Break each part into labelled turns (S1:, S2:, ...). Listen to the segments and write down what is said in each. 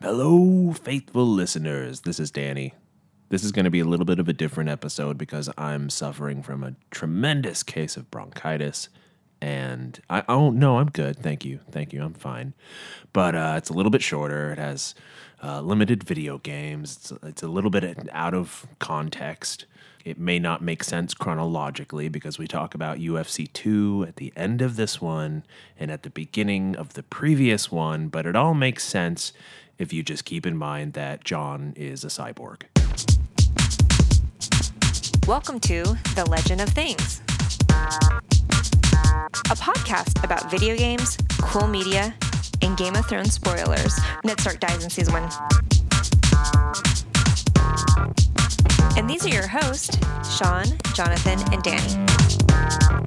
S1: Hello, faithful listeners. This is Danny. This is going to be a little bit of a different episode because I'm suffering from a tremendous case of bronchitis. And I, oh, no, I'm good. Thank you. Thank you. I'm fine. But uh, it's a little bit shorter. It has uh, limited video games. It's, it's a little bit out of context. It may not make sense chronologically because we talk about UFC 2 at the end of this one and at the beginning of the previous one, but it all makes sense if you just keep in mind that John is a cyborg.
S2: Welcome to The Legend of Things, a podcast about video games, cool media, and Game of Thrones spoilers. Ned Stark dies in season one. And these are your hosts, Sean, Jonathan, and Danny.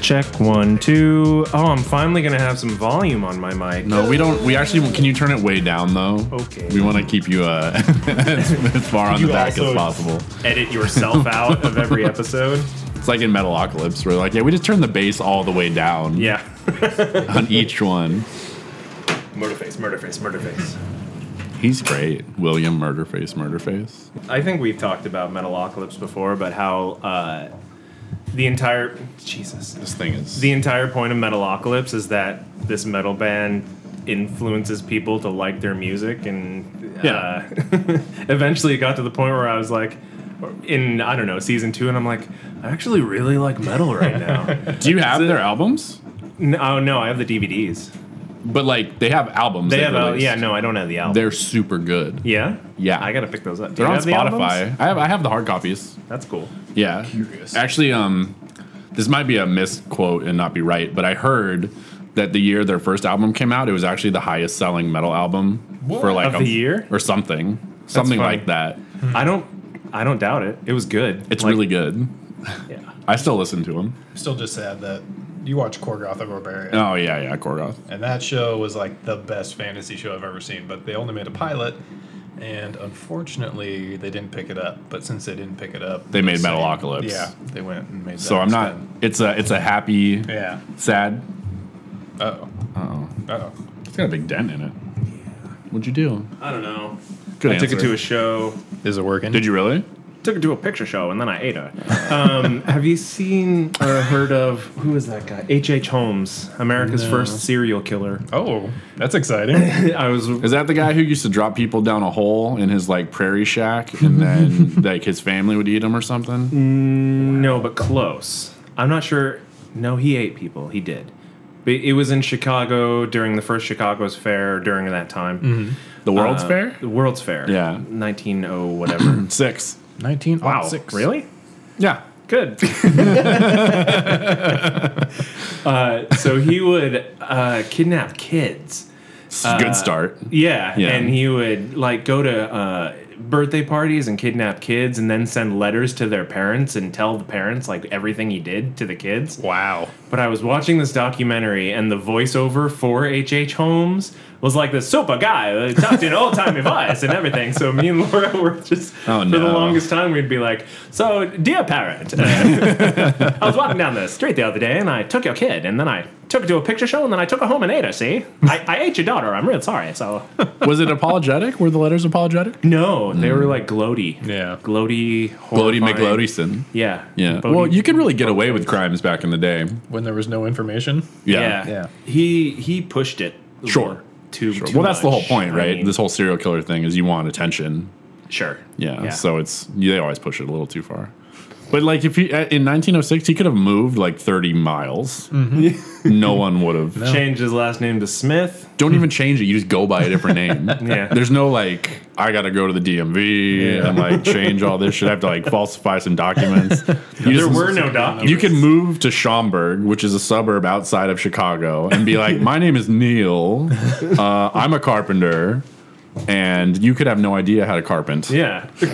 S1: Check one, two. Oh, I'm finally going to have some volume on my mic.
S3: No, we don't. We actually can you turn it way down though?
S1: Okay.
S3: We want to keep you uh, as, as far on
S4: you
S3: the back as
S4: also-
S3: possible.
S4: edit yourself out of every episode.
S3: It's like in Metalocalypse, where like, yeah, we just turn the bass all the way down
S4: Yeah.
S3: on each one.
S4: murder face, murder face, murder face.
S3: He's great, William Murderface, Murderface.
S4: I think we've talked about Metalocalypse before, but how uh, the entire Jesus,
S3: This thing is
S4: the entire point of Metalocalypse is that this metal band influences people to like their music, and uh,
S3: Yeah.
S4: eventually it got to the point where I was like. In I don't know season two, and I'm like, I actually really like metal right now.
S3: Do you have their albums?
S4: no, oh no, I have the DVDs.
S3: But like, they have albums.
S4: They
S3: they've
S4: have, a,
S3: released.
S4: yeah, no, I don't have the album.
S3: They're super good.
S4: Yeah,
S3: Yeah.
S4: I gotta pick those up. Do
S3: They're
S4: you
S3: on
S4: have the albums?
S3: Spotify. I have I have the hard copies.
S4: That's cool.
S3: Yeah. Actually, um, this might be a misquote and not be right, but I heard that the year their first album came out, it was actually the highest selling metal album for like
S4: Of the year?
S3: or something, something
S4: funny.
S3: like that.
S4: I don't, I don't doubt it. It was good.
S3: It's
S4: Like,
S3: really good.
S4: yeah.
S3: I still listen to them.
S5: still just sad that you watch Korgoth of Barbarian.
S3: Oh yeah, yeah, Korgoth.
S5: And that show was like the best fantasy show I've ever seen, but they only made a pilot, and unfortunately they didn't pick it up. But since they didn't pick it up,
S3: They made
S5: the same-
S3: Metalocalypse.
S5: Yeah, they went and made.
S3: So
S5: that
S3: I'm not.
S5: instead.
S3: It's a it's a happy,
S5: Yeah.
S3: sad.
S5: Uh oh. Uh oh.
S3: It's got a big dent in it. What'd you do?
S4: I don't know.
S3: Good
S4: I took it
S3: answer.
S4: to a show.
S5: Is it working?
S3: Did you really?
S4: Took it to a picture show, and then I ate her. Um, have you seen or heard of who is that guy? H. H. Holmes, America's first serial killer.
S5: Oh, that's exciting.
S4: I was.
S3: Is that the guy who used to drop people down a hole in his like prairie shack, and then like his family would eat him or something?
S4: No, but close. I'm not sure. No, he ate people. He did. But it was in Chicago during the first Chicago's Fair during that time.
S3: The World's Fair?
S4: The World's Fair.
S3: Yeah.
S4: 190 whatever.
S3: Six.
S5: Nineteen.
S4: wow. Really?
S3: Yeah.
S4: Good. uh, so he would uh, kidnap kids.
S3: It's a good start.
S4: Yeah,
S3: Yeah.
S4: and he would like go to uh, birthday parties and kidnap kids, and then send letters to their parents and tell the parents like everything he did to the kids.
S5: Wow.
S4: But I was watching this documentary, and the voiceover for H.H. H. Holmes was like this super guy, uh, talked in old timey voice and everything. So me and Laura were just,
S3: Oh,
S4: for the
S3: no.
S4: longest time, we'd be like, So, dear parent, uh, I was walking down the street the other day, and I took your kid, and then I took it to a picture show, and then I took her home and ate her, see? I, I ate your daughter. I'm real sorry. So,
S3: Was it apologetic? Were the letters apologetic?
S4: no, they
S3: Mm.
S4: were like gloaty.
S5: Yeah.
S4: Gloaty,
S3: Bloody
S4: horrifying.
S3: McLodison.
S4: Yeah.
S3: Yeah.
S4: Bodie-
S3: Well, you could really get away with crimes back in the day.
S5: When there was no information.
S3: Yeah.
S5: Yeah.
S4: He he pushed it.
S3: Sure.
S4: Too, too
S3: Well, that's the whole
S4: much.
S3: point,
S4: I
S3: right?
S4: mean,
S3: this whole serial killer thing is you want attention.
S4: sure.
S3: Yeah. So it's they always push it a little too far. But like if he uh, in 1906 he could have moved like 30 miles. Mm-hmm. no one would have.
S4: changed his last name to Smith.
S3: Don't even change it. You just go by a different name.
S4: Yeah.
S3: There's no like I gotta go to the DMV and like change all this shit. I have to like falsify some documents. You
S4: There
S3: just-
S4: were no documents.
S3: You can move to Schaumburg, which is a suburb outside of Chicago, and be like, "My name is Neil. Uh, I'm a carpenter." And you could have no idea how to carpent.
S4: yeah. is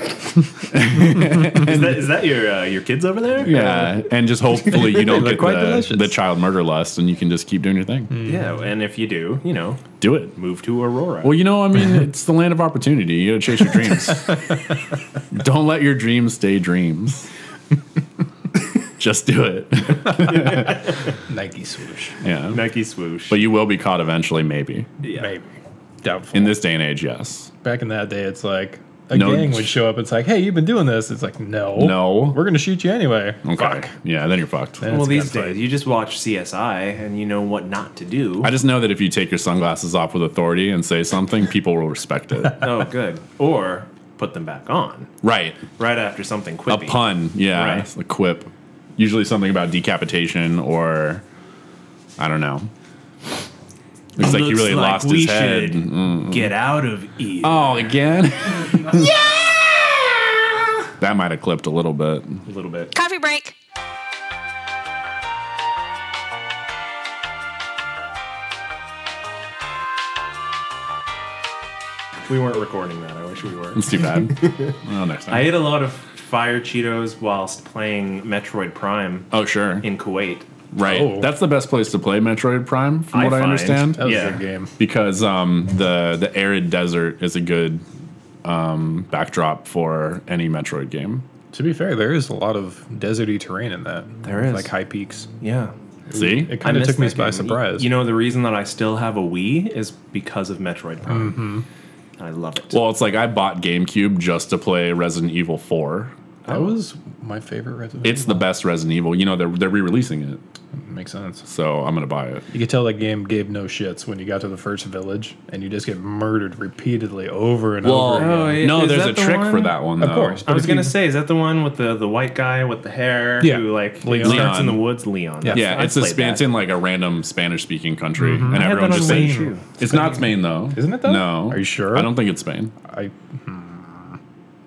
S4: that is that your uh, your kids over there?
S3: Yeah, and just hopefully you don't get
S5: quite
S3: the,
S5: delicious.
S3: the child murder lust, and you can just keep doing your thing.
S4: Yeah. And if you do, you know,
S3: Do it.
S4: move to Aurora.
S3: Well, you know, I mean, it's the land of opportunity. You gotta chase your dreams. don't let your dreams stay dreams. Just do it.
S5: Nike swoosh.
S3: yeah.
S4: Nike swoosh.
S3: But you will be caught eventually, maybe.
S4: yeah.
S5: Maybe. Doubtful.
S3: In this day and age, yes.
S5: Back in that day, it's like a
S3: No.
S5: gang would show up. It's like, hey, you've been doing this. It's like, no,
S3: No.
S5: we're gonna shoot you anyway.
S3: Okay.
S5: Fuck.
S3: Yeah, then you're fucked.
S5: Then
S4: well,
S5: it's
S4: these
S5: gunfight.
S4: days you just watch CSI and you know what not to do.
S3: I just know that if you take your sunglasses off with authority and say something, people will respect it.
S4: oh, good. Or put them back on
S3: right.
S4: right after something
S3: A
S4: quick.
S3: pun. Yeah.
S4: Right.
S3: A quip. Usually something about decapitation or I don't know. Looks, like he really lost his head. Mm-hmm.
S4: Get out of E here.
S3: Oh, again? yeah! That might have clipped a little bit.
S4: a little bit.
S2: Coffee break.
S4: We weren't recording that. I wish we were.
S3: It's too bad. well, next
S4: I
S3: time.
S4: ate a lot of fire Cheetos whilst playing Metroid Prime
S3: oh, sure.
S4: in Kuwait.
S3: Right.
S5: Oh.
S3: That's the best place to play Metroid Prime, from
S4: I
S3: what I
S4: find-
S3: understand.
S5: That was
S4: Yeah.
S5: a good game.
S3: because um, the the arid desert is a good um, backdrop for any Metroid game.
S5: To be fair, there is a lot of deserty terrain in that.
S4: There is.
S5: like high peaks.
S4: Yeah.
S3: See,
S5: It
S4: I
S5: kind of
S4: miss
S5: took me
S4: that
S5: by
S4: game.
S5: surprise.
S4: You know, the reason that I still have a Wii is because of Metroid Prime.
S5: Mm-hmm.
S4: I love it.
S3: well, it's like I bought GameCube just to play Resident Evil Four.
S5: that was my favorite Resident
S3: It's the best Resident Evil. You know they're they're re-releasing it,
S5: Evil. Makes sense.
S3: so I'm gonna buy it.
S5: You could tell that game gave no shits when you got to the first village and you just get murdered repeatedly over and over again.
S4: Oh, yeah.
S3: no,
S4: Is
S3: there's
S4: that
S3: a
S4: the
S3: trick for
S4: one?
S3: that one.
S5: Of
S3: though.
S5: course.
S4: I
S5: But
S4: was
S5: if you-
S4: gonna say, is that the one with the, the white guy with the hair
S5: Yeah.
S4: who like
S5: Leon.
S4: starts in the
S3: Leon.
S4: woods, Leon?
S5: Yeah.
S3: Yeah,
S4: I've
S3: it's a
S4: played
S3: span,
S4: that.
S3: it's in like a random Spanish speaking country,
S5: Mm-hmm.
S3: and
S4: had
S3: everyone
S4: that on
S3: just
S4: the
S3: says
S4: Wii U.
S3: it's not Spain though,
S5: Isn't it, though?
S3: No,
S5: Are you sure?
S3: I don't think it's Spain.
S5: I,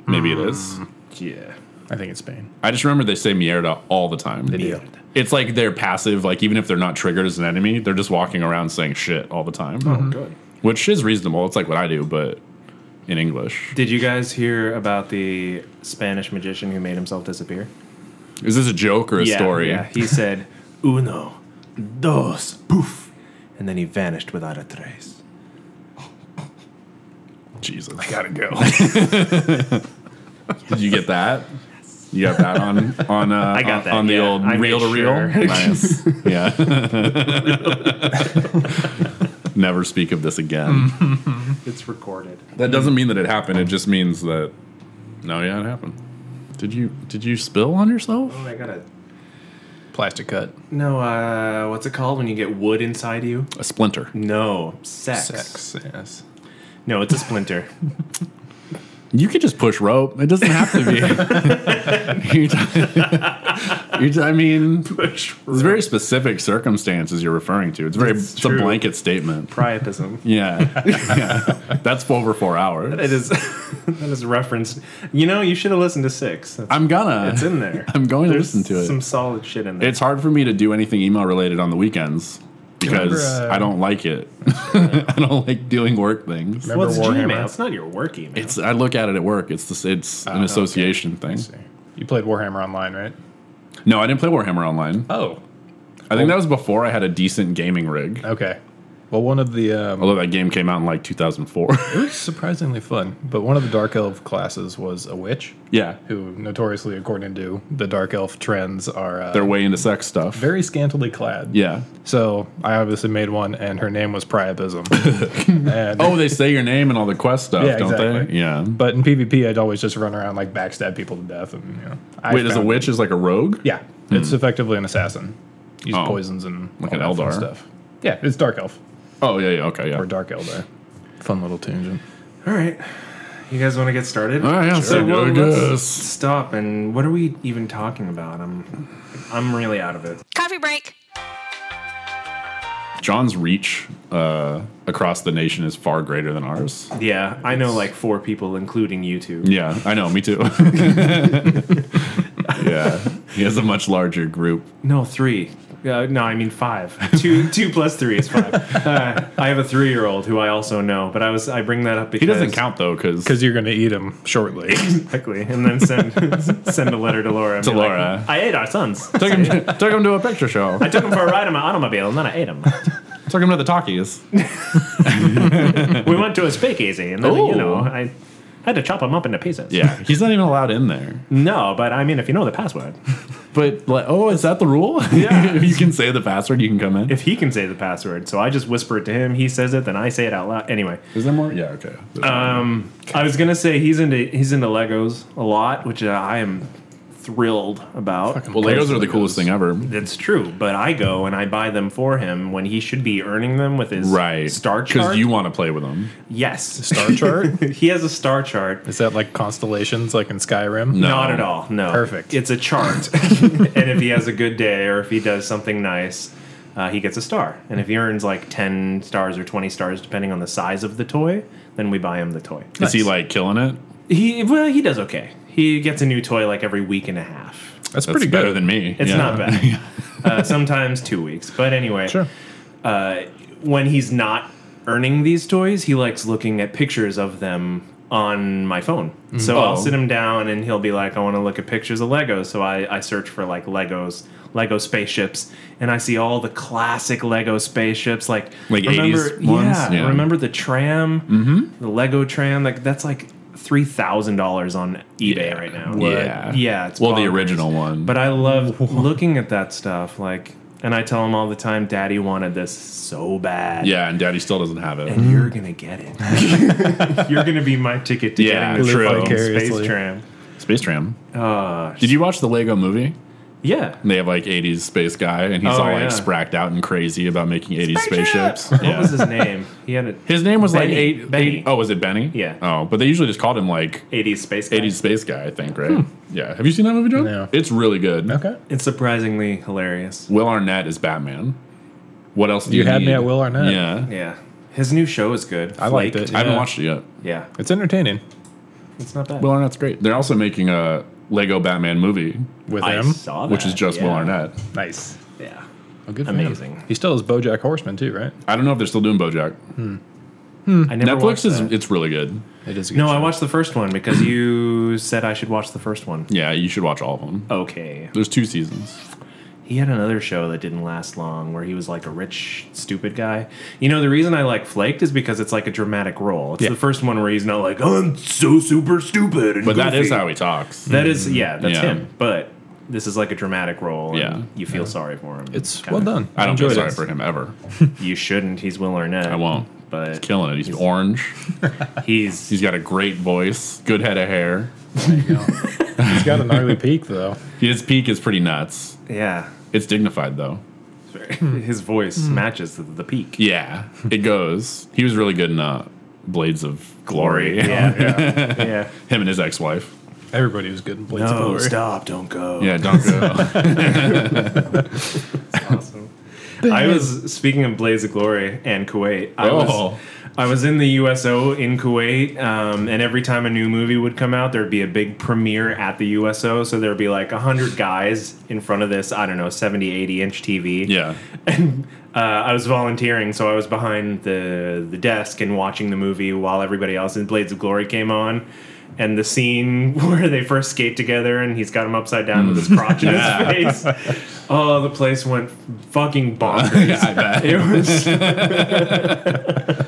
S3: Maybe it is.
S4: Mm-hmm. Yeah.
S5: I think it's Spain.
S3: I just remember they say Mierda all the time.
S5: do.
S3: It's like they're passive, like even if they're not triggered as an enemy, they're just walking around saying shit all the time.
S4: Oh,
S5: Mm-hmm.
S4: Good.
S3: Which is reasonable. It's like what I do, but in English.
S4: Did you guys hear about the Spanish magician who made himself disappear?
S3: Is this a joke or a story?
S4: Yeah. He said uno, dos, poof, and then he vanished without a trace.
S3: Jesus. I gotta go. Did you get that? You got that on on uh,
S4: I got that,
S3: on the
S4: yeah.
S3: old
S4: I made
S3: reel to reel.
S4: sure.
S3: Nice. yeah. Never speak of this again.
S4: It's recorded.
S3: That doesn't mean that it happened. It just means that no, yeah, it happened. Did you did you spill on yourself?
S4: Oh, I gotta.
S5: Plastic cut.
S4: No, uh, what's it called when you get wood inside you?
S3: A splinter.
S4: No, sex.
S5: Sex. Yes.
S4: No, it's a splinter.
S3: You could just push rope. It doesn't have to be. You're t- you're t- I mean, it's very specific circumstances you're referring to. It's very it's a
S4: true.
S3: blanket statement.
S4: Priapism.
S3: Yeah. yeah. That's over four hours.
S4: It is. that is referenced. You know, you should have listened to six. That's-
S3: I'm gonna.
S4: It's in there.
S3: I'm going to listen to it.
S4: Some solid shit in there.
S3: It's hard for me to do anything email related on the weekends because
S5: Remember, uh,
S3: I don't like it. I don't like doing work things.
S5: Remember
S4: well, it's
S5: Warhammer?
S4: Gmail. It's not your work email.
S3: It's I look at it at work. It's this. It's
S4: Ah,
S3: an association
S5: See.
S3: thing.
S5: You played Warhammer Online, right?
S3: No, I didn't play Warhammer Online.
S5: Oh.
S3: I think that was before I had a decent gaming rig.
S5: Okay. Well, one of the um,
S3: Although that game came out in like 2004.
S5: it was surprisingly fun, but one of the dark elf classes was a witch,
S3: yeah,
S5: who notoriously, according to the dark elf trends, are uh,
S3: they're way into sex stuff.
S5: very scantily clad.
S3: yeah.
S5: So I obviously made one, and her name was Priapism. and,
S3: Oh, they say your name and all the quest stuff,
S5: Yeah,
S3: don't
S5: exactly.
S3: they? Yeah.
S5: But in PvP, I'd always just run around like backstab people to death, and you know. I
S3: Wait, is a
S5: found-
S3: witch is like a rogue?
S5: Yeah, it's effectively an assassin. Use
S3: Oh.
S5: poisons and
S3: Like an
S5: all that fun
S3: Eldar.
S5: stuff. Yeah, it's dark elf
S3: Oh yeah, yeah. Okay, yeah.
S5: or dark elder. Fun little tangent.
S4: All right. You guys want to get started?
S3: All right, Ah, yeah, so
S4: well,
S3: I
S4: let's
S3: guess.
S4: stop. And what are we even talking about? I'm, I'm really out of it.
S2: Coffee break.
S3: John's reach uh, across the nation is far greater than ours.
S4: Yeah, I know like four people, including you two.
S3: Yeah, I know. Me too. yeah, he has a much larger group.
S4: No, three. Uh, no, I mean five. two, two plus three is five. Uh, I have a three-year-old who I also know, but I was I bring that up because
S3: He doesn't count though, because
S5: Because you're going to eat him shortly.
S4: Exactly, and then send send a letter to Laura. and
S3: To
S4: be like,
S3: Laura.
S4: I ate our sons.
S3: took him, took him to a picture show.
S4: I took him for a ride in my automobile, and then I ate him.
S3: Took him to the talkies.
S4: We went to a speakeasy, and then you
S3: Ooh.
S4: know I had to chop him up into pieces.
S3: Yeah, he's not even allowed in there.
S4: No, but I mean, if you know the password,
S3: But like, oh, is that the rule?
S4: Yeah.
S3: if you can say the password, you can come in.
S4: If he can say the password, so I just whisper it to him. He says it, then I say it out loud. Anyway,
S3: Is there more? Uh, Yeah. Okay.
S4: Um, I was gonna say he's into he's into Legos a lot, which uh, I am thrilled about.
S3: well, Legos are the coolest thing ever.
S4: That's true, but I go and I buy them for him when he should be earning them with his
S3: Right.
S4: star chart.
S3: Because you want to play with them.
S4: yes,
S5: Star chart?
S4: he has a star chart.
S5: Is that like constellations, like in Skyrim?
S3: No.
S4: Not at all. No,
S5: Perfect.
S4: It's a chart, and if he has a good day or if he does something nice. Uh, he gets a star, and if he earns like ten stars or twenty stars, depending on the size of the toy, then we buy him the toy.
S3: Is he like killing it?
S4: He well, he does okay. He gets a new toy like every week and a half.
S5: That's,
S3: That's
S5: pretty
S3: better
S5: good.
S3: than me.
S4: It's
S3: Yeah.
S4: not bad. uh, sometimes two weeks, but anyway.
S5: Sure.
S4: Uh, when he's not earning these toys, he likes looking at pictures of them on my phone. So
S3: Oh.
S4: I'll sit him down and he'll be like, "I want to look at pictures of Legos." So I, I search for like Legos, Lego spaceships, and I see all the classic Lego spaceships, like
S3: Like 80s
S4: yeah,
S3: ones? Yeah.
S4: remember the tram, mm-hmm. the Lego tram, like that's like. Three thousand dollars on eBay right now.
S3: Yeah.
S4: yeah. It's
S3: Well, the
S4: bonkers.
S3: original one.
S4: But I love looking at that stuff. Like, and I tell him all the time, Daddy wanted this so bad.
S3: yeah, and Daddy still doesn't have it.
S5: Mm-hmm.
S4: And you're going to get it. you're going to be my ticket to
S3: Yeah,
S4: getting this
S3: true.
S4: fucking
S5: Vicariously.
S4: space tram.
S3: Space Tram. Did you watch the Lego movie?
S4: Yeah.
S3: They have like 80s space guy, and he's
S4: Oh,
S3: all
S4: yeah.
S3: like spracked out and crazy about making 80s spaceships.
S4: What
S3: Yeah.
S4: was his name? He had a
S3: His name was like
S4: Benny.
S3: eight,
S4: Benny.
S3: eight- Oh, was it Benny?
S4: Yeah.
S3: Oh, but they usually just called him like
S4: 80s space guy.
S3: 80s space guy, I think, right? Yeah. Have you seen that movie, John?
S5: Hmm. No.
S3: It's really good.
S5: Okay.
S4: It's surprisingly hilarious.
S3: Will Arnett is Batman. What else do you
S5: You had me
S3: need?
S5: at Will Arnett.
S3: Yeah.
S4: Yeah. His new show is good.
S5: I liked it.
S3: I haven't
S5: Yeah.
S3: watched it yet.
S4: Yeah.
S5: It's entertaining.
S4: It's not bad.
S3: Will Arnett's great. They're also making a Lego Batman movie,
S5: With
S4: I
S5: him.
S4: saw that.
S3: which is just Will
S4: yeah.
S3: Arnett.
S5: Nice.
S4: Yeah.
S5: Oh, good for him.
S4: Amazing.
S5: He still is Bojack Horseman too, right?
S3: I don't know if they're still doing BoJack.
S5: Hmm.
S4: I never watched
S3: Netflix is
S4: that.
S3: it's really good.
S5: It is. A good
S4: No, I
S5: show.
S4: watched the first one because you said I should watch the first one.
S3: Yeah, you should watch all of
S5: Oh.
S3: them.
S4: Okay.
S3: There's two seasons.
S4: He had another show that didn't last long where he was like a rich, stupid guy. You know, the reason I like Flaked is because it's like a dramatic role. It's
S5: Yeah.
S4: the first one where he's not like, I'm so super stupid. And
S3: But that is
S4: goofy."
S3: how he talks.
S4: That is, yeah, that's
S3: Yeah.
S4: him. But this is like a dramatic role. And
S3: Yeah.
S4: You feel sorry for him.
S5: It's
S4: Kinda.
S5: well done.
S3: I don't feel
S5: Enjoyed
S3: sorry
S5: it.
S3: for him ever.
S4: You shouldn't. He's Will Arnett.
S3: I won't.
S4: But
S3: Killing it. He's, orange.
S4: he's,
S3: He's got a great voice. Good head of hair.
S5: He's got a gnarly peak though.
S3: His peak is pretty nuts.
S4: yeah.
S3: It's dignified though. Hmm.
S4: His voice matches the, the peak.
S3: Yeah, it goes. He was really good in uh, Blades of Glory.
S4: Yeah. Yeah. yeah. Oh,
S3: him and his ex-wife.
S5: Everybody was good in Blades of Glory.
S4: stop. Don't go.
S3: Yeah, don't go.
S4: awesome. I was speaking of Blaze of Glory and Kuwait. I
S3: Oh.
S4: was I was in the USO in Kuwait, um, and every time a new movie would come out, there'd be a big premiere at the USO. So there'd be like hundred guys in front of this I don't know 70, 80 inch TV.
S3: yeah,
S4: And uh, I was volunteering, so I was behind the the desk and watching the movie while everybody else in Blades of Glory came on. And the scene where they first skate together and he's got him upside down with his
S3: Mm.
S4: crotch in his face. Oh, the place went fucking bonkers.
S3: yeah, I bet.
S4: It was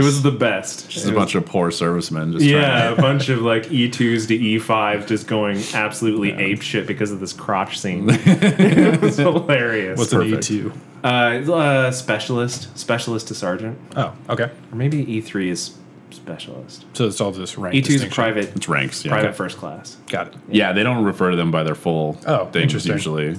S4: was the best.
S3: Just a bunch of poor servicemen. Just
S4: yeah,
S3: yeah.
S4: a bunch of like E2s to E5s just going absolutely ape shit because of this crotch scene. it was hilarious.
S5: What's an E two?
S4: Uh, uh, specialist, specialist to sergeant,
S5: Oh, okay.
S4: or maybe E three is specialist.
S5: So it's all just rank.
S4: E two is
S5: distinction.
S4: private,
S3: It's ranks. Yeah.
S4: private first class.
S5: Got it.
S3: Yeah, they don't refer to them by their full
S5: Oh,
S3: things
S5: interesting.
S3: usually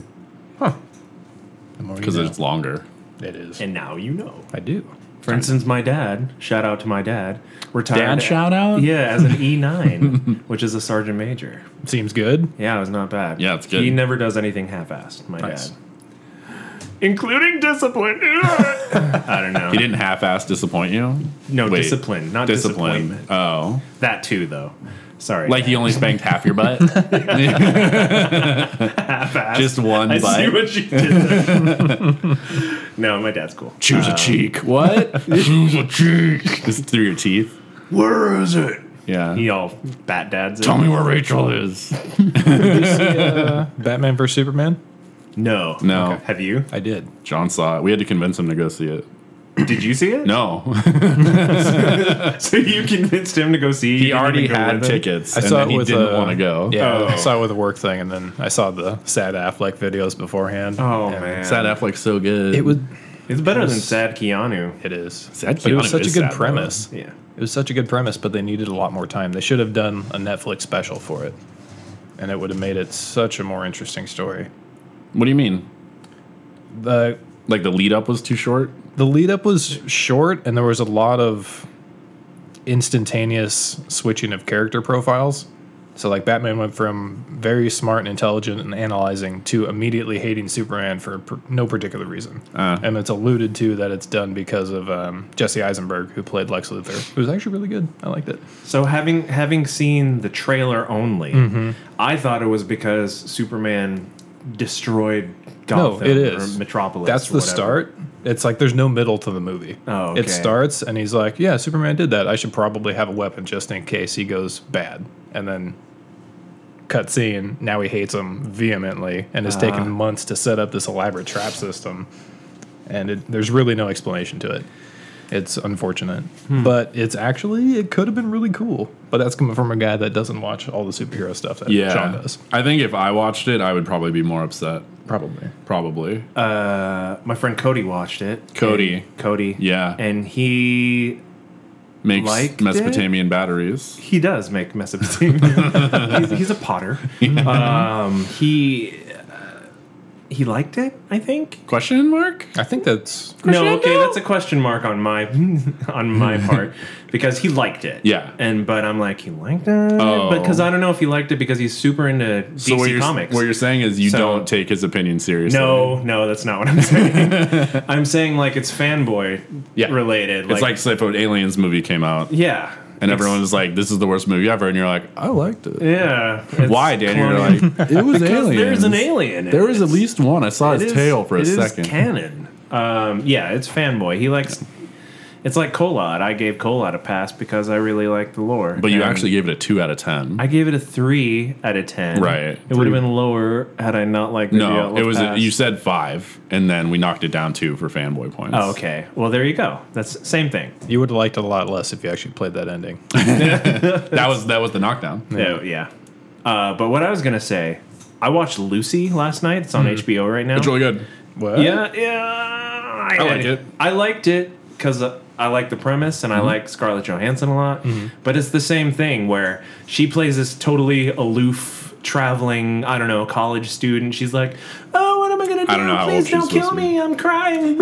S5: The more you
S3: because
S5: know.
S3: it's longer.
S5: it is.
S4: And now you know.
S5: I do.
S4: For instance, my dad. Shout out to my dad. Retired.
S3: Dad shout out?
S4: Yeah, as an E nine, which is a sergeant major.
S5: Seems good.
S4: Yeah, it was not bad.
S3: Yeah, it's good.
S4: He never does anything half-assed. My
S5: Nice.
S4: dad, including discipline. I don't know.
S3: He didn't half-ass disappoint you.
S4: No
S3: Wait,
S4: discipline, not
S3: Discipline.
S4: disappointment.
S3: Oh,
S4: That too, though. Sorry.
S3: like he only spanked half your butt. Just one
S4: I see
S3: bite.
S4: what you did. there. no, my dad's cool.
S3: Choose a cheek. What? Choose a cheek. Just through your teeth.
S1: Where is it?
S3: Yeah.
S4: He all bat dads. it.
S3: Tell me where Rachel is.
S5: Batman versus Superman.
S4: No.
S3: No.
S4: Have you?
S5: I did.
S3: John saw it. We had to convince him to go see it.
S4: Did you see it?
S3: No,
S4: So you convinced him to go see.
S3: he already had
S4: tickets.
S3: tickets.
S5: I
S3: and
S5: saw
S3: then
S5: it
S3: he
S5: with
S3: didn't
S5: a-
S3: want to go.
S5: Yeah,
S4: Oh.
S5: I saw it with a work thing, and then I saw the Sad Affleck videos beforehand.
S4: Oh
S5: and
S4: man,
S3: Sad Affleck's so good.
S5: it was.
S4: It's better
S5: It was-
S4: than sad Keanu.
S5: It is.
S3: Sad
S5: But it was
S3: Keanu
S5: such a
S3: is sad,
S5: good
S3: though.
S5: premise.
S4: Yeah.
S5: It was such a good premise, but they needed a lot more time. They should have done a Netflix special for it, and it would have made it such a more interesting story.
S3: What do you mean?
S5: the
S3: Like the lead up was too short?
S5: The lead up was short, and there was a lot of instantaneous switching of character profiles. So, like, Batman went from very smart and intelligent and analyzing to immediately hating Superman for pr- no particular reason.
S3: Uh.
S5: And it's alluded to that it's done because of um, Jesse Eisenberg, who played Lex Luthor, who was actually really good. I liked it.
S4: So having having seen the trailer only, I thought it was because Superman destroyed Gotham
S5: no, it is
S4: or Metropolis. or
S5: That's the
S4: whatever.
S5: start. It's like there's no middle to the movie.
S4: Oh, okay.
S5: It starts and he's like, "Yeah, Superman did that. I should probably have a weapon just in case he goes bad." And then cutscene. Now he hates him vehemently and has
S4: Uh-huh.
S5: taken months to set up this elaborate trap system. And it, there's really no explanation to it. It's unfortunate,
S4: Hmm.
S5: but it's actually it could have been really cool. But that's coming from a guy that doesn't watch all the superhero stuff that
S3: Yeah.
S5: Sean does.
S3: I think if I watched it, I would probably be more upset.
S5: Probably.
S3: Probably.
S4: Uh, my friend Cody watched it.
S3: Cody.
S4: And- Cody.
S3: Yeah.
S4: And he
S3: Makes
S4: liked
S3: Mesopotamian batteries.
S4: he does make Mesopotamia. he's, he's a potter. Um, he uh, he liked it, I think.
S3: Question mark?
S5: I think that's
S4: no, okay, that's a question mark on my on my part because he liked it.
S3: Yeah.
S4: and but I'm like he liked it,
S3: Oh.
S4: but because I don't know if he liked it because he's super into DC
S3: what you're,
S4: comics.
S3: what you're saying is you
S4: So-
S3: don't take his opinion seriously.
S4: no, no, that's not what I'm saying. I'm saying like it's fanboy
S3: Yeah.
S4: related.
S3: It's like, if an Aliens movie came out
S4: yeah,
S3: and
S4: It's-
S3: everyone was like, this is the worst movie ever. And you're like, I liked it.
S4: yeah. it's
S3: Why, Danny? You're
S4: cloning-
S3: like, it was
S4: because
S3: aliens.
S4: there's an alien. in
S3: There
S4: it.
S3: was at least one. I saw his
S4: It is-
S3: tail for a
S4: it is
S3: second.
S4: canon. Um, yeah, it's fanboy. He likes. It's like Colot. I gave Colot a pass because I really like the lore.
S3: but you
S4: And
S3: actually gave it a two out of ten.
S4: I gave it a three out of ten.
S3: Right.
S4: It would have been lower had I not liked. the
S3: no,
S4: Outlaw
S3: it was
S4: Pass.
S3: you said five, and then we knocked it down two for fanboy points.
S4: Oh, okay. Well, there you go. That's same thing.
S5: you would have liked it a lot less if you actually played that ending.
S3: that was that was the knockdown.
S4: Yeah. Oh, yeah. Uh, but what I was gonna say, I watched Lucy last night. It's on
S3: Mm-hmm.
S4: HBO right now.
S3: It's really good.
S5: What?
S4: Yeah, yeah. I,
S3: I like
S4: had-
S3: it. Mm-hmm.
S4: I liked it because I like the premise and I like Scarlett Johansson a lot. But it's the same thing where she plays this totally aloof, traveling, I don't know, college student. She's like, oh, what am I going to do?
S3: I don't know how old
S4: Please
S3: she's
S4: don't kill
S3: supposed to be."
S4: me. I'm crying.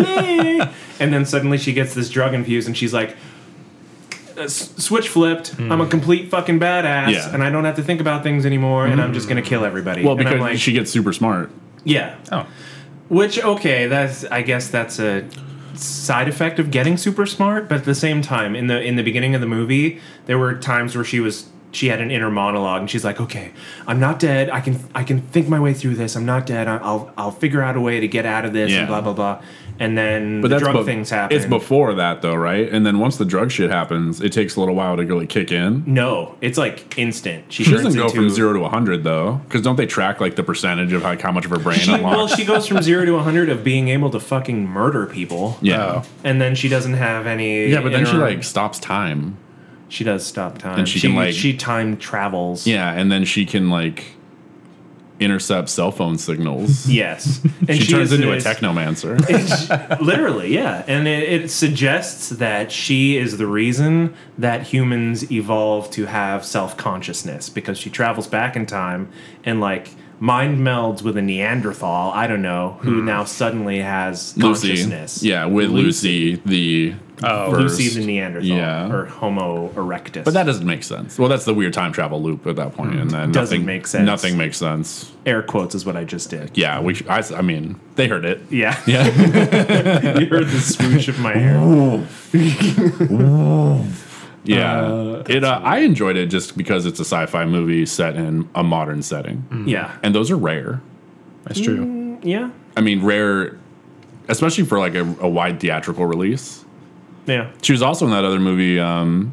S4: Yay." and then suddenly she gets this drug infused and she's like, uh, s- Switch flipped. I'm a complete fucking badass,
S3: Mm. Yeah. Mm.
S4: and I don't have to think about things anymore. And I'm just gonna kill everybody.
S3: Well,
S4: And I'm
S3: because
S4: like,
S3: she gets super smart.
S4: yeah,
S5: Oh.
S4: which okay, that's I guess that's a side effect of getting super smart, but at the same time, in the in the beginning of the movie, there were times where she was she had an inner monologue and she's like, "Okay, I'm not dead. I can I can think my way through this. I'm not dead. I- I'll I'll figure out a way to get out of this
S3: Yeah.
S4: and blah blah blah." And then
S3: But
S4: the
S3: that's
S4: drug
S3: bef-
S4: things happen.
S3: It's before that though, right? And then once the drug shit happens, it takes a little while to really kick in.
S4: no, it's like instant. She,
S3: She
S4: Mm-hmm. turns
S3: doesn't go
S4: into,
S3: from zero to hundred though, because don't they track like the percentage of like how much of her brain unlocks?
S4: Well, she goes from zero to 100 of being able to fucking murder people.
S3: yeah,
S5: Oh.
S4: And then she doesn't have any.
S3: yeah, but then she
S4: inner-
S3: like stops time.
S4: She does stop time.
S3: And she can, like-
S4: she time travels.
S3: Yeah, and then she can like intercept cell phone signals.
S4: Yes. And
S3: she, turns
S4: is
S3: into a
S4: this-
S3: technomancer.
S4: Literally, yeah. And it, it suggests that she is the reason that humans evolve to have self consciousness because she travels back in time and like mind melds with a Neanderthal, I don't know, who now suddenly has
S3: Hmm. Lucy,
S4: consciousness.
S3: yeah, with Lucy, the
S5: Oh.
S3: first.
S4: Lucy the Neanderthal
S3: Yeah.
S4: or Homo erectus.
S3: But that doesn't make sense. Well, that's the weird time travel loop at that point, and then
S4: Hmm. Doesn't
S3: nothing
S4: make sense.
S3: Nothing makes sense.
S4: air quotes is what I just did.
S3: Yeah, we. Sh- I, s- I mean, they heard it.
S4: Yeah.
S3: Yeah.
S4: you heard the swoosh of my hair.
S3: yeah. it. Uh, I enjoyed it just because it's a sci-fi movie set in a modern setting,
S4: Yeah.
S3: and those are rare.
S5: That's true.
S4: Yeah.
S3: I mean, rare, especially for like a, a wide theatrical release.
S4: Yeah.
S3: She was also in that other movie um,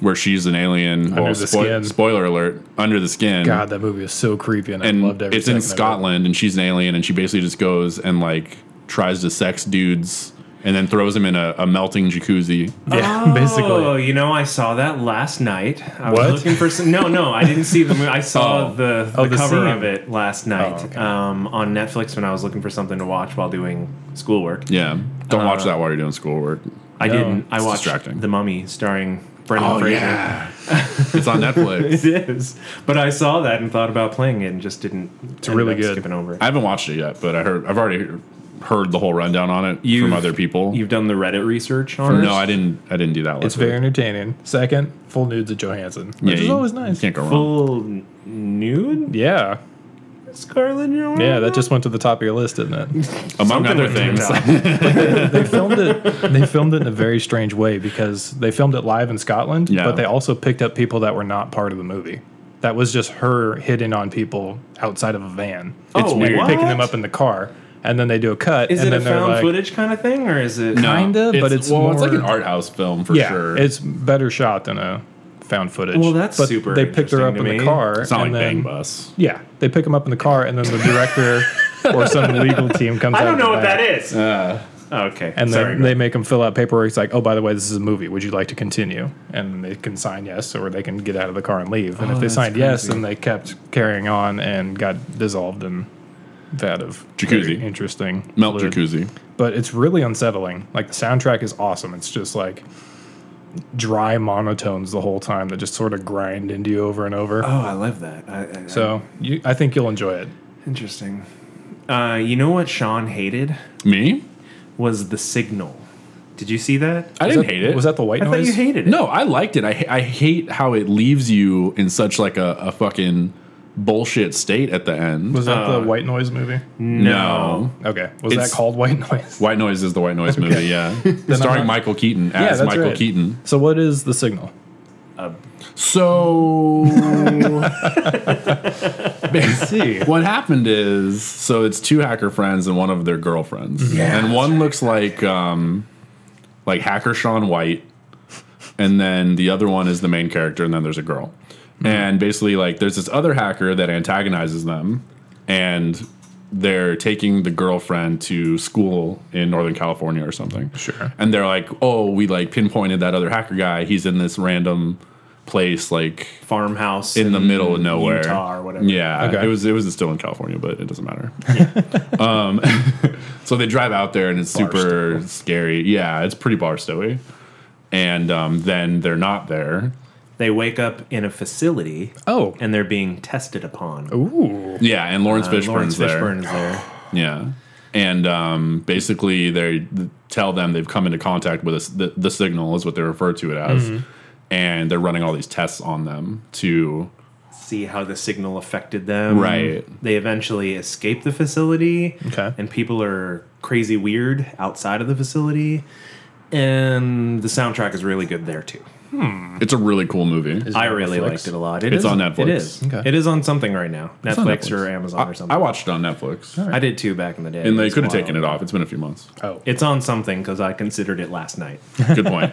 S3: where she's an alien. well,
S5: the
S3: spoi-
S5: Skin.
S3: Spoiler alert: Under the Skin.
S5: God, that movie was so creepy, and,
S3: and
S5: I loved every
S3: it's in
S5: second of it.
S3: Scotland, and she's an alien, and she basically just goes and like tries to sex dudes and then throws him in a, a melting jacuzzi.
S5: Yeah,
S4: Oh,
S5: basically.
S4: you know, I saw that last night. I
S5: What?
S4: was looking for some. No, no, I didn't see the movie. I saw
S5: Oh.
S4: the, the
S5: Oh, the
S4: cover
S5: scene. Oh,
S4: of it last night
S5: okay.
S4: um, on Netflix when I was looking for something to watch while doing schoolwork.
S3: Yeah, don't
S5: Uh.
S3: watch that while you're doing schoolwork.
S4: I
S5: No,
S4: didn't. I
S3: it's
S4: watched
S3: distracting.
S4: The Mummy starring Brendan
S5: Oh,
S4: Fraser.
S3: yeah, it's on Netflix.
S4: It is. But I saw that and thought about playing it and just didn't. It's
S5: really good.
S4: Skipping over it.
S3: I haven't watched it yet, but I heard I've already heard the whole rundown on it
S4: You've-
S3: from other people.
S4: You've done the Reddit research on
S3: No,
S4: it?
S3: I didn't. I didn't do that.
S5: It's
S3: last week.
S5: very entertaining. Second, full nudes of Johansson,
S3: Yeah,
S5: which is
S3: you-
S5: always
S3: you
S5: nice.
S3: Can't go wrong.
S4: Full nude?
S5: Yeah.
S4: Scarlett Johansson?
S5: Yeah, that just went to the top of your list, didn't it?
S3: Among
S4: Something
S3: other
S4: went down.
S3: things,
S5: they filmed it they filmed it in a very strange way because they filmed it live in Scotland,
S3: Yeah.
S5: but they also picked up people that were not part of the movie. That was just her hitting on people outside of a van.
S4: Oh,
S5: They were
S4: what?
S5: picking them up in the car. And then they do a cut.
S4: Is
S5: and
S4: it a
S5: then they're
S4: found
S5: like,
S4: footage kind of thing, or is it?
S3: No,
S5: Kinda, but it's
S3: well, it's like an
S5: more-
S3: art house film for
S5: yeah,
S3: sure.
S5: It's better shot than a found footage.
S4: Well, that's
S5: but
S4: super
S5: They picked her up in
S4: interesting to
S5: the
S4: me.
S5: car.
S3: It's not like
S5: and then,
S3: Bang Bus.
S5: Yeah, they pick him up in the car, and then the director or some legal team comes.
S4: I
S5: out
S4: don't know
S5: the
S4: what
S5: back,
S4: that is. Oh, okay.
S5: And
S4: Sorry,
S5: then
S4: go
S5: they
S4: ahead.
S5: make him fill out paperwork. It's like, oh, by the way, this is a movie. Would you like to continue? And they can sign yes, or they can get out of the car and leave. And if they
S4: Oh, that's
S5: signed yes,
S4: crazy.
S5: then they kept carrying on and got dissolved in that of
S3: Jacuzzi.
S5: very interesting
S3: Melt
S5: fluid.
S3: jacuzzi.
S5: But it's really unsettling. Like the soundtrack is awesome. It's just like dry monotones the whole time that just sort of grind into you over and over.
S4: Oh, I love that. I, I,
S5: So you, I think you'll enjoy it.
S4: interesting. Uh, you know what Sean hated
S3: Me?
S4: was the signal. Did you see that?
S3: I
S5: Was
S3: didn't
S5: that-
S3: hate it.
S5: Was that the white
S4: I thought
S5: noise?
S4: you hated it.
S3: No, I liked it. I ha- I hate how it leaves you in such like a, a fucking bullshit state at the end.
S5: Was that
S4: Uh,
S5: the white noise movie?
S3: no.
S5: Okay. Was that
S3: It's-
S5: called white noise?
S3: White Noise is the White Noise movie, yeah.
S5: I'm
S3: Starring
S5: not-
S3: Michael Keaton as
S5: that's
S3: Michael
S5: right.
S3: Keaton.
S5: So what is the signal?
S3: So
S5: See.
S3: what happened is so it's two hacker friends and one of their girlfriends. and one looks like um like hacker Sean White and then the other one is the main character and then there's a girl. And basically like there's this other hacker that antagonizes them and they're taking the girlfriend to school in Northern California or something.
S5: Sure.
S3: And they're like, "Oh, we like pinpointed that other hacker guy. He's in this random place like
S4: Farmhouse
S3: in the middle of nowhere,
S4: Utah or whatever.
S3: Yeah,
S5: Okay.
S3: it was it was still in California, but it doesn't matter. um, so they drive out there and it's super scary. Yeah, it's pretty barstowy, and um, then they're not there.
S4: They wake up in a facility
S5: Oh.
S4: and they're being tested upon.
S5: Ooh.
S3: Yeah, and Lawrence
S4: Uh,
S3: Fishburne's
S4: Lawrence
S3: there.
S4: Fishburne is there.
S3: Yeah, and um, basically they tell them they've come into contact with us. The, the signal is what they refer to it as,
S4: Mm-hmm.
S3: and they're running all these tests on them to.
S4: see how the signal affected them.
S3: Right.
S4: They eventually escape the facility.
S5: Okay.
S4: And people are crazy weird outside of the facility. And the soundtrack is really good there too.
S3: It's a really cool movie.
S4: I really
S5: Netflix?
S4: liked it a lot. It
S3: It's
S4: is-
S3: on Netflix.
S4: It is.
S5: Okay.
S4: It is on something right now.
S3: on
S4: Netflix,
S3: Netflix.
S4: or Amazon or something.
S3: I watched it on Netflix.
S4: I did too back in the day.
S3: And they
S4: It's
S3: could have
S4: wild.
S3: taken it off. It's been a few months.
S5: Oh.
S4: It's on something because I considered it last night.
S3: Good point.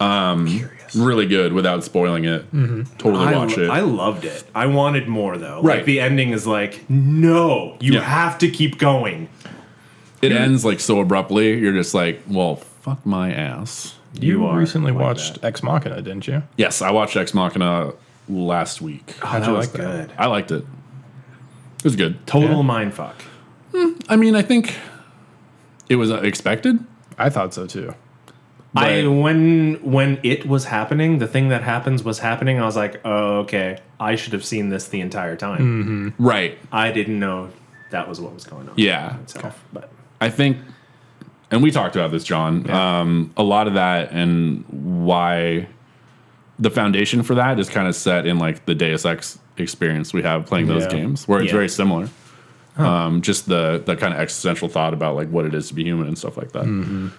S3: um, really good without spoiling it. Totally
S4: Mm-hmm. I,
S3: watch it.
S4: I loved it. I wanted more though.
S3: Right.
S4: Like the ending is like, no, you
S3: Yeah.
S4: have to keep going.
S3: it ends like so abruptly. You're just like, well, fuck my ass.
S5: you
S4: are
S5: recently
S4: like
S5: watched Ex Machina, didn't you?
S3: Yes, I watched Ex Machina last week.
S5: How'd
S4: that
S5: you
S4: was
S5: like that?
S4: good.
S3: I liked it. It was good.
S4: Total
S5: Yeah.
S4: mind mindfuck.
S3: I mean, I think it was uh, expected.
S5: I thought so too.
S4: I
S3: But-
S4: when when it was happening, the thing that happens was happening. I was like, oh, okay, I should have seen this the entire
S3: Hmm.
S4: time.
S3: Right.
S4: I didn't know that was what was going on.
S3: Yeah.
S4: itself, but
S3: I think, and we talked about this, John. Um, a lot of that and why the foundation for that is kind of set in like the Deus Ex experience we have playing those
S5: Yeah.
S3: games, where it's
S4: Yeah.
S3: very similar. Um, just the the kind of existential thought about like what it is to be human and stuff like that.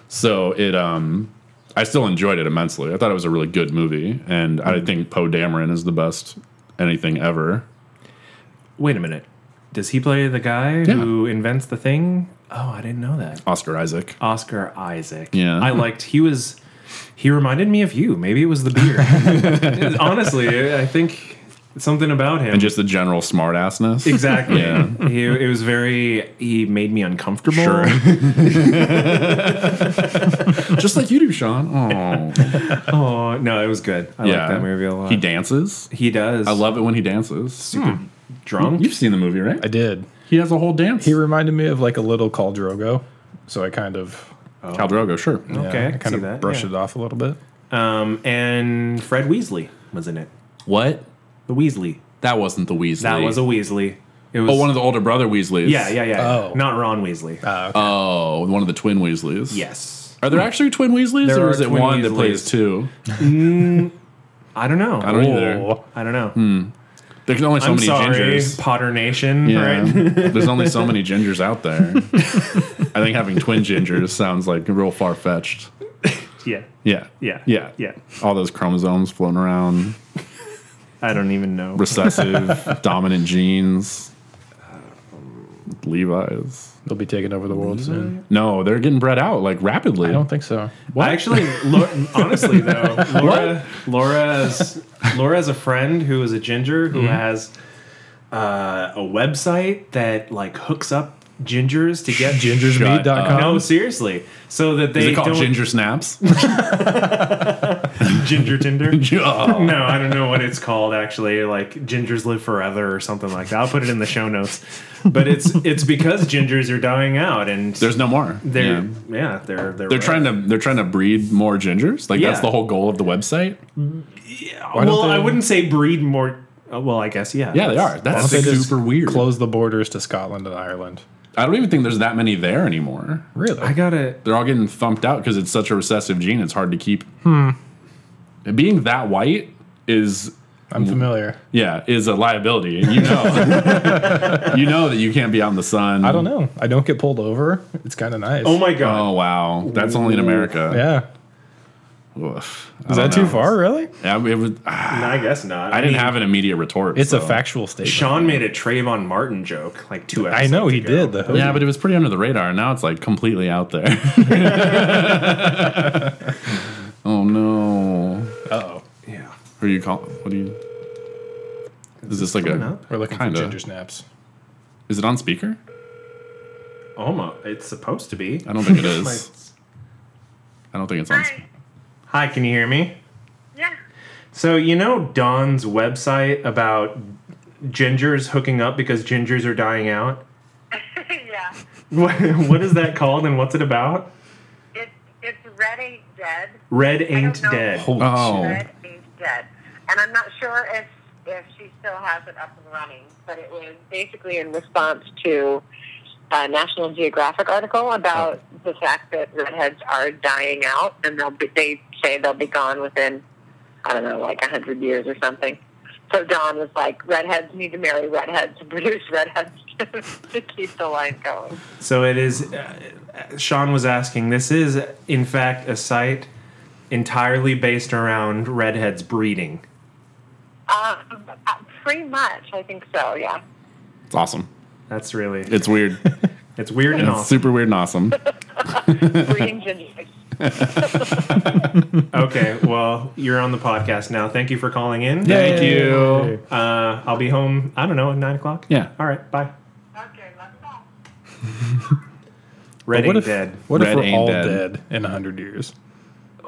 S3: So it, um, I still enjoyed it immensely. I thought it was a really good movie, and I think Poe Dameron is the best anything ever.
S4: wait a minute, does he play the guy
S3: Yeah.
S4: who invents the thing? Oh, I didn't know that.
S3: Oscar Isaac.
S4: Oscar Isaac.
S3: Yeah.
S4: I liked. He was. He reminded me of you. Maybe it was the beard. Honestly, I think Something about him.
S3: and just the general smart assness.
S4: exactly.
S3: Yeah.
S4: He, it was very. He made me uncomfortable.
S3: Sure. Just like you do, Sean. Oh,
S4: Oh no, it was good. I like that movie a lot.
S3: He dances.
S4: He does.
S3: I love it when he dances. Hmm.
S4: drunk.
S3: You've seen the movie, right?
S5: I did.
S3: He has a whole dance.
S5: He reminded me of like a little Khal Drogo, so I kind of
S3: Cal Drogo, sure.
S5: yeah,
S4: Okay, I
S5: I
S4: can
S5: kind
S4: see
S5: of
S4: that,
S5: brushed
S4: yeah.
S5: it off a little bit.
S4: Um, and Fred Weasley was in it.
S3: What?
S4: The Weasley.
S3: That wasn't the Weasley.
S4: That was a Weasley. It was
S3: Oh, one of the older brother Weasleys.
S4: yeah, yeah, yeah.
S5: Oh.
S4: Not Ron Weasley.
S3: Oh, one of the twin Weasleys.
S4: yes.
S3: Are there actually twin Weasleys,
S4: There
S3: or
S4: are
S3: is it
S4: twin
S3: one that
S4: Weasleys.
S3: plays two?
S4: I don't know.
S3: I don't either.
S5: Oh,
S4: I don't know.
S3: There's only so
S4: I'm
S3: many
S4: sorry,
S3: gingers.
S4: Potter Nation.
S3: Yeah.
S4: Right?
S3: There's only so many gingers out there. I think having twin gingers sounds like real far fetched.
S4: yeah.
S3: Yeah.
S4: Yeah.
S3: Yeah.
S4: Yeah.
S3: All those chromosomes floating around,
S4: I don't even know.
S3: recessive, dominant genes. Levi's.
S5: they'll be taking over the world soon.
S3: No, they're getting bred out like rapidly.
S5: I don't think so.
S4: I actually, Lo- honestly though, Laura, Laura's, Laura has a friend who is a ginger who has uh, a website that like hooks up gingers to get
S5: Gingersmeat.com.
S4: No, seriously, so that
S3: Is
S4: they
S3: it called
S4: don't
S3: ginger snaps?
S4: ginger Tinder.
S3: Yeah.
S4: no, I don't know what it's called actually. Like gingers live forever or something like that. I'll put it in the show notes. But it's it's because gingers are dying out and
S3: There's no more.
S4: they're
S3: Yeah.
S4: yeah, they're they're,
S3: They're trying to they're trying to breed more gingers. Like that's
S4: Yeah.
S3: the whole goal of the website.
S5: don't
S4: Well, I
S5: they-
S4: wouldn't say breed more. uh, Well, I guess yeah.
S3: Yeah, they are. That's
S5: Honestly, just
S3: super weird.
S5: Close the borders to Scotland and Ireland.
S3: I don't even think there's that many there anymore.
S5: Really?
S4: I gotta.
S3: They're all getting thumped out because it's such a recessive gene. It's hard to keep. Hmm. Being that white is
S5: I'm familiar.
S3: yeah is a liability. and You know, you know that you can't be out in the sun.
S5: I don't know. I don't get pulled over. It's kind of nice.
S4: Oh my god.
S3: Oh wow, that's only in America.
S5: Yeah.
S3: Oof. I
S5: Is
S3: don't
S5: that too
S3: know.
S5: far? Really?
S3: Yeah, it was, ah,
S4: No, I guess not.
S3: I didn't
S4: mean,
S3: have an immediate retort.
S5: It's a
S3: so.
S5: factual statement.
S4: Sean made a Trayvon Martin joke like two.
S5: I
S4: Episodes
S5: know he
S4: ago.
S5: did. The hoodie.
S3: Yeah, but it was pretty under the radar. Now it's like completely out there. oh no.
S5: oh,
S4: Yeah.
S3: Who are you call? What do you? Is this like a?
S4: up?
S5: we're looking
S3: Kinda.
S5: for ginger snaps.
S3: Is it on speaker?
S4: Almost. Oh It's supposed to be.
S3: I don't think it is. I don't think it's on. Sp-
S6: Hi.
S4: Hi, can you hear me?
S6: Yeah.
S4: So you know Don's website about gingers hooking up because gingers are dying out.
S6: yeah.
S4: What, what is that called and what's it about?
S6: It, it's Red Ain't Dead.
S4: Red ain't
S6: know.
S4: dead.
S3: oh,
S6: Red Ain't Dead. And I'm not sure if, if she still has it up and running, but it was basically in response to a National Geographic article about the fact that redheads are dying out and they'll be, they say they'll be gone within, I don't know, like a 100 years or something. So Don was like, redheads need to marry redheads and produce redheads to keep the line going.
S4: So it is. Uh, uh, Sean was asking. This is in fact a site entirely based around redheads breeding.
S6: Uh, pretty much, I think so. Yeah.
S3: it's awesome.
S4: That's really.
S3: It's weird.
S4: It's weird and
S3: it's
S4: awesome.
S3: super weird and awesome.
S6: Breeding ginger.
S4: Okay, well, you're on the podcast now. Thank you for calling in.
S3: Thank you.
S4: Uh, I'll be home. I don't know at nine o'clock.
S3: Yeah.
S4: All right. Bye.
S6: Okay, let's go.
S4: Red
S5: What
S4: ain't
S5: if,
S4: dead.
S5: what if
S3: Red
S5: we're
S3: ain't
S5: all
S3: dead. Oh,
S5: dead, in 100 years?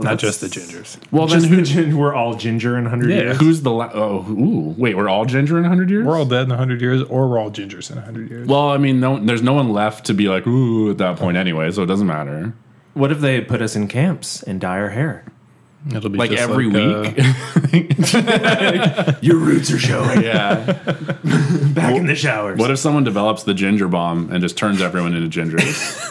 S5: Not just the gingers.
S3: Well, then
S4: Just the
S3: who,
S4: gin- we're all ginger in hundred
S5: Yeah.
S4: years.
S3: who's the la- oh ooh, wait? We're all ginger in hundred years.
S5: We're all dead in 100 years, or we're all gingers in 100 years.
S3: well, I mean, no, there's no one left to be like ooh at that point anyway, so it doesn't matter.
S4: What if they put us in camps and dye our hair?
S5: It'll be
S3: Like uh,
S5: just
S3: every
S5: like,
S3: week.
S5: uh,
S4: Your roots are showing.
S3: yeah.
S4: Back in the showers.
S3: What if someone develops the ginger bomb and just turns everyone into gingers?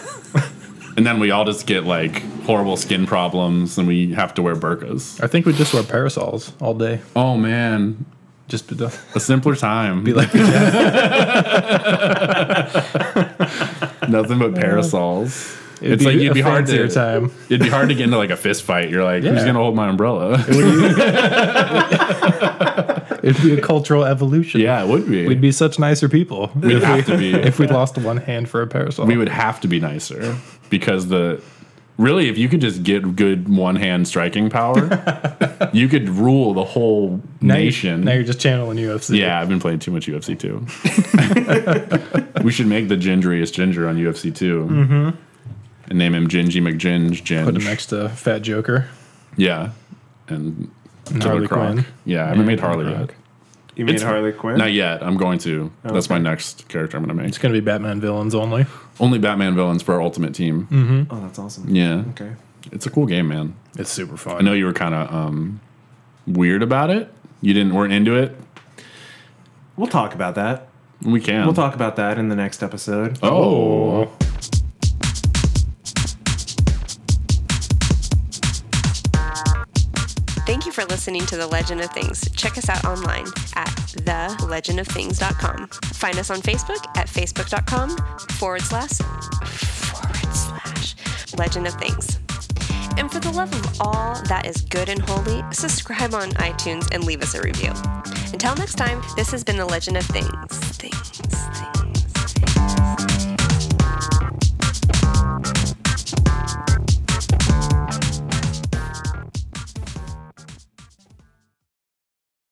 S3: and then we all just get like horrible skin problems and we have to wear burkas.
S5: uh, I think we just wear parasols all day.
S3: Oh man,
S5: Just be done.
S3: a simpler time. Be
S5: like-
S3: Nothing but parasols.
S5: It'd
S3: it's like you'd
S5: a
S3: be hard
S5: fancier
S3: to
S5: time.
S3: it'd be hard to get into like a fist fight. You're like, who's
S5: Yeah.
S3: gonna hold my umbrella?
S5: It'd be a cultural evolution.
S3: yeah, it would be.
S5: We'd be such nicer people
S3: We'd
S5: if,
S3: have to be.
S5: if we lost one hand for a parasol.
S3: we would have to be nicer because the Really, if you could just get good one hand striking power, you could rule the whole
S5: Now you-
S3: nation.
S5: now you're just channeling UFC.
S3: yeah, I've been playing too much UFC 2. we should make the gingeriest ginger on UFC 2 mm-hmm. and name him Gingy McGinge Ginge.
S5: Put him next to Fat Joker.
S3: Yeah, and
S5: And
S3: Killer
S5: Harley
S3: Croc.
S5: Quinn.
S3: Yeah, I haven't made Harley
S5: Croc.
S3: yet.
S4: You mean
S3: It's-
S4: Harley Quinn?
S3: Not yet. I'm going to.
S4: Oh,
S3: That's my next character I'm going to make.
S5: It's going to be Batman villains only.
S3: Only Batman villains for our ultimate team.
S4: Oh, that's awesome.
S3: Yeah,
S4: Okay.
S3: it's a cool game, man.
S5: It's super fun.
S3: I know you were kind of um, weird about it. You didn't weren't into it.
S4: We'll talk about that.
S3: We can.
S4: We'll talk about that in the next episode.
S3: Oh,
S2: Thank you for listening to The Legend of Things. Check us out online at thelegendofthings.com. Find us on Facebook at facebook.com forward slash forward slash Legend of Things. And for the love of all that is good and holy, subscribe on iTunes and leave us a review. Until next time, this has been The Legend of Things. Things, things.